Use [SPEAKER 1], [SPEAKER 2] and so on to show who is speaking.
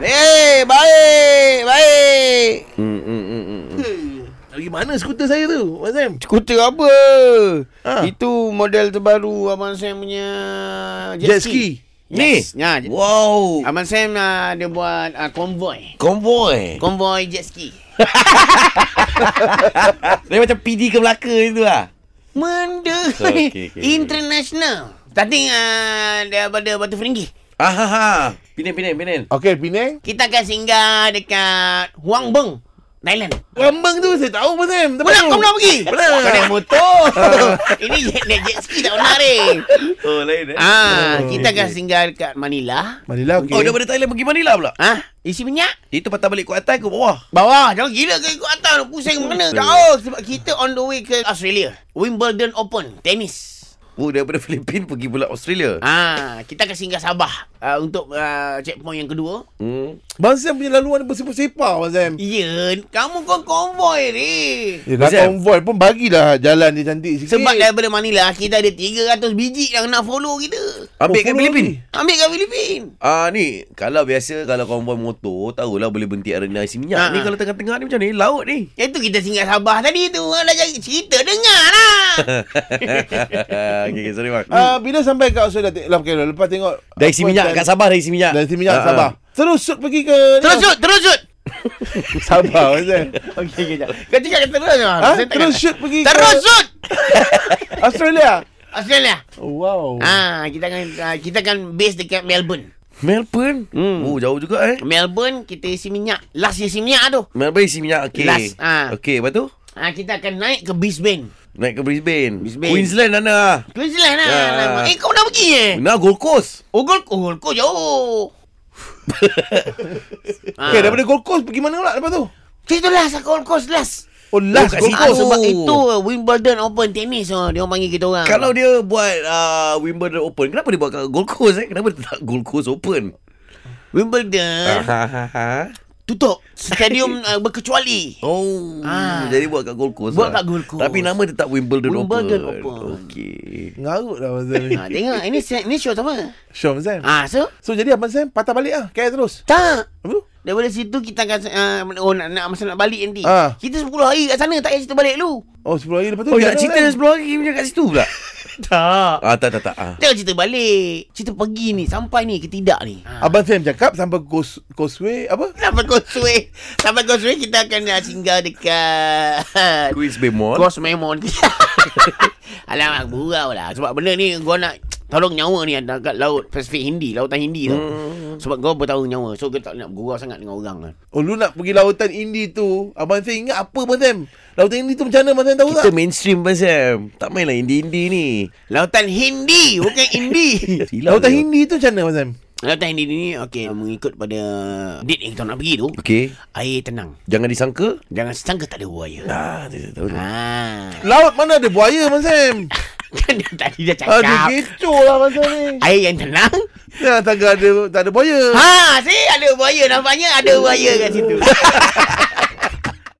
[SPEAKER 1] Eh, naik
[SPEAKER 2] Hmm, hmm, hmm, hmm, hmm.
[SPEAKER 3] Lagi mana skuter saya tu Abang Sam
[SPEAKER 1] Skuter apa
[SPEAKER 3] Ha.
[SPEAKER 1] ha. Itu model terbaru Abang Sam punya
[SPEAKER 3] Jet ski
[SPEAKER 2] Ni?
[SPEAKER 1] Yes. Ya, jet-
[SPEAKER 2] Wow.
[SPEAKER 1] Abang Sam uh, dia buat uh, konvoi
[SPEAKER 2] Konvoi.
[SPEAKER 1] Konvoi jet ski
[SPEAKER 2] Dia macam PD ke Melaka itu lah.
[SPEAKER 1] Menderai
[SPEAKER 2] Okey, okey, okey.
[SPEAKER 1] International Starting uh, daripada Batu Feringgi
[SPEAKER 2] Ah, ha, ha. Pinen, pinen, pinen.
[SPEAKER 3] Okay Penang
[SPEAKER 1] Kita akan singgah dekat Huang Beng Thailand
[SPEAKER 3] Rambang tu saya tahu Abang Sam Tak
[SPEAKER 1] Pernah
[SPEAKER 3] tahu.
[SPEAKER 1] kau pernah pergi?
[SPEAKER 3] Pernah.
[SPEAKER 1] Kau naik motor Ini jet, naik jet ski tak pernah ni
[SPEAKER 2] Oh, lain eh.
[SPEAKER 1] Ah,
[SPEAKER 3] Oh,
[SPEAKER 1] Kita akan singgah dekat Manila
[SPEAKER 3] Manila okay.
[SPEAKER 2] Oh, daripada Thailand pergi Manila pula.
[SPEAKER 1] Ah, Isi minyak
[SPEAKER 2] Itu patah balik kuat atas ke bawah.
[SPEAKER 1] Bawah Jangan gila ke ikut atas Nak Pusing mana Jauh Sebab kita on the way ke Australia Wimbledon Open Tenis
[SPEAKER 2] Oh, daripada Filipin pergi pula Australia.
[SPEAKER 1] Ah, Kita akan singgah Sabah ah, Untuk ah, checkpoint yang kedua
[SPEAKER 2] Hmm.
[SPEAKER 3] Abang Sam punya laluan bersepah-sepah Abang Sam
[SPEAKER 1] Ya Kamu kan konvoi ni
[SPEAKER 3] Yelah
[SPEAKER 2] Abang Sam.
[SPEAKER 3] konvoi pun bagilah jalan dia cantik sikit
[SPEAKER 1] Sebab daripada Manila Kita ada 300 biji yang nak follow kita
[SPEAKER 3] Oh,
[SPEAKER 2] Ambil kat
[SPEAKER 3] follow
[SPEAKER 2] Filipin.
[SPEAKER 3] lagi.
[SPEAKER 1] Ambil kat Filipin
[SPEAKER 2] Ah ni kalau biasa kalau konvoi motor tahulah boleh berhenti arena isi minyak.
[SPEAKER 1] Ah,
[SPEAKER 2] Ni
[SPEAKER 1] ah.
[SPEAKER 2] kalau tengah-tengah ni macam ni laut ni.
[SPEAKER 1] Yang tu kita singgah Sabah tadi tu Orang dah cari cerita dengar lah
[SPEAKER 2] okay, okay, sorry bang.
[SPEAKER 3] Ah, bila sampai kat Australia te- lah, okay, lepas tengok
[SPEAKER 2] dah isi minyak kat Sabah dah isi minyak.
[SPEAKER 3] Dah isi minyak
[SPEAKER 2] Ah, ah.
[SPEAKER 3] Sabah Terus shoot pergi ke
[SPEAKER 1] Terus shoot Terus shoot
[SPEAKER 3] Sabah Abang Sam
[SPEAKER 1] Okey kejap Kau cakap kata terus ah.
[SPEAKER 3] ha? Terus shoot pergi
[SPEAKER 1] Terus
[SPEAKER 3] ke
[SPEAKER 1] shoot
[SPEAKER 3] Australia
[SPEAKER 1] Australia
[SPEAKER 3] oh, Wow
[SPEAKER 1] Ah, kita akan ah, kita akan base dekat Melbourne.
[SPEAKER 2] Melbourne. Hmm. Oh, jauh juga eh.
[SPEAKER 1] Melbourne kita isi minyak. Last isi minyak tu.
[SPEAKER 2] Melbourne isi minyak. Okey.
[SPEAKER 1] Last, ah.
[SPEAKER 2] Okey, lepas tu
[SPEAKER 1] Ah, kita akan naik ke Brisbane.
[SPEAKER 2] naik ke Brisbane.
[SPEAKER 1] Brisbane.
[SPEAKER 2] Queensland mana? ah?
[SPEAKER 1] Queensland lah.
[SPEAKER 2] Ah.
[SPEAKER 1] Lama. Eh, kau nak pergi eh?
[SPEAKER 2] Nah, Gold Coast.
[SPEAKER 1] Oh, Gold Coast. Gold Coast jauh. ah.
[SPEAKER 3] Okay daripada Gold Coast pergi mana pula lepas tu
[SPEAKER 1] Situ last lah, Gold Coast last.
[SPEAKER 3] Oh last
[SPEAKER 2] kat
[SPEAKER 3] Gold
[SPEAKER 2] situ.
[SPEAKER 1] Ah,
[SPEAKER 3] Coast oh.
[SPEAKER 2] Aduh.
[SPEAKER 1] sebab itu Wimbledon Open Tennis oh, Dia orang panggil kita orang
[SPEAKER 2] Kalau dia buat uh, Wimbledon Open, kenapa dia buat kat Gold Coast eh? Kenapa dia tak Gold Coast Open?
[SPEAKER 1] Wimbledon
[SPEAKER 3] Ah.
[SPEAKER 2] Ha ha ha.
[SPEAKER 1] Tutup Stadium uh, berkecuali
[SPEAKER 2] Oh,
[SPEAKER 1] Ah.
[SPEAKER 2] jadi buat kat Gold Coast.
[SPEAKER 1] Buat
[SPEAKER 2] lah.
[SPEAKER 1] kat Gold Coast.
[SPEAKER 2] Tapi nama tetap Wimbledon,
[SPEAKER 1] Wimbledon
[SPEAKER 2] Open.
[SPEAKER 1] Open.
[SPEAKER 2] Okey.
[SPEAKER 3] Ngarut lah Abang Sam ni
[SPEAKER 1] ha, Tengok ini, ini show apa
[SPEAKER 3] Sure Abang Sam
[SPEAKER 1] Ah, So
[SPEAKER 3] So jadi Abang Sam patah balik lah KL terus
[SPEAKER 1] Tak
[SPEAKER 3] Apa tu?
[SPEAKER 1] Daripada situ kita akan uh, Oh nak, nak masa nak balik nanti
[SPEAKER 3] Ah.
[SPEAKER 1] Kita 10 hari kat sana Tak payah cerita balik lu
[SPEAKER 3] Oh 10 hari lepas tu lah.
[SPEAKER 2] Oh,
[SPEAKER 3] pergi
[SPEAKER 2] nak
[SPEAKER 3] mana,
[SPEAKER 2] cerita
[SPEAKER 3] Abang Sam?
[SPEAKER 2] 10 hari punya kat situ pula?
[SPEAKER 1] Tak
[SPEAKER 2] ah, tak, tak, tak. Ah.
[SPEAKER 1] Jangan cerita balik Cerita pergi ni Sampai ni ke tidak ni ha.
[SPEAKER 3] Ah. Abang Sam cakap sampai Coast, Causeway apa?
[SPEAKER 1] Sampai Causeway Sampai Causeway kita akan uh, singgah dekat
[SPEAKER 2] Queen's Bay Mall.
[SPEAKER 1] Kos memon Alamak gurau lah Sebab benda ni Gua nak Tolong nyawa ni ada Kat laut Pasifik Hindi Lautan Hindi tu Sebab kau bertahun nyawa So kau tak nak gurau sangat Dengan orang kan
[SPEAKER 3] Oh lu nak pergi lautan Indi tu. Abang Sam ingat apa Abang Sam? Lautan Indi tu macam mana Abang Sam tahu
[SPEAKER 2] Kita
[SPEAKER 3] tak?
[SPEAKER 2] mainstream Abang Sam. Tak main lah indie-indie ni.
[SPEAKER 1] Lautan Hindi Bukan Hindi
[SPEAKER 2] Silap
[SPEAKER 3] Lautan
[SPEAKER 2] dia.
[SPEAKER 3] Hindi tu macam mana Abang Sam?
[SPEAKER 1] Lautan Hindi ni Okay Mengikut pada Date yang kita nak pergi tu
[SPEAKER 2] Okey.
[SPEAKER 1] Air tenang
[SPEAKER 2] Jangan disangka.
[SPEAKER 1] Jangan sangka tak ada buaya
[SPEAKER 2] Ah, dia tak tahu.
[SPEAKER 1] Ah,
[SPEAKER 3] Laut mana ada buaya Abang Sam?
[SPEAKER 1] Kan dia tadi dah
[SPEAKER 3] Aduh
[SPEAKER 1] cakap
[SPEAKER 3] kecoh lah Abang Sam ni.
[SPEAKER 1] Air yang tenang
[SPEAKER 3] Ya, tak ada, tak ada buaya.
[SPEAKER 1] Ha, si ada buaya nampaknya ada buaya kat situ.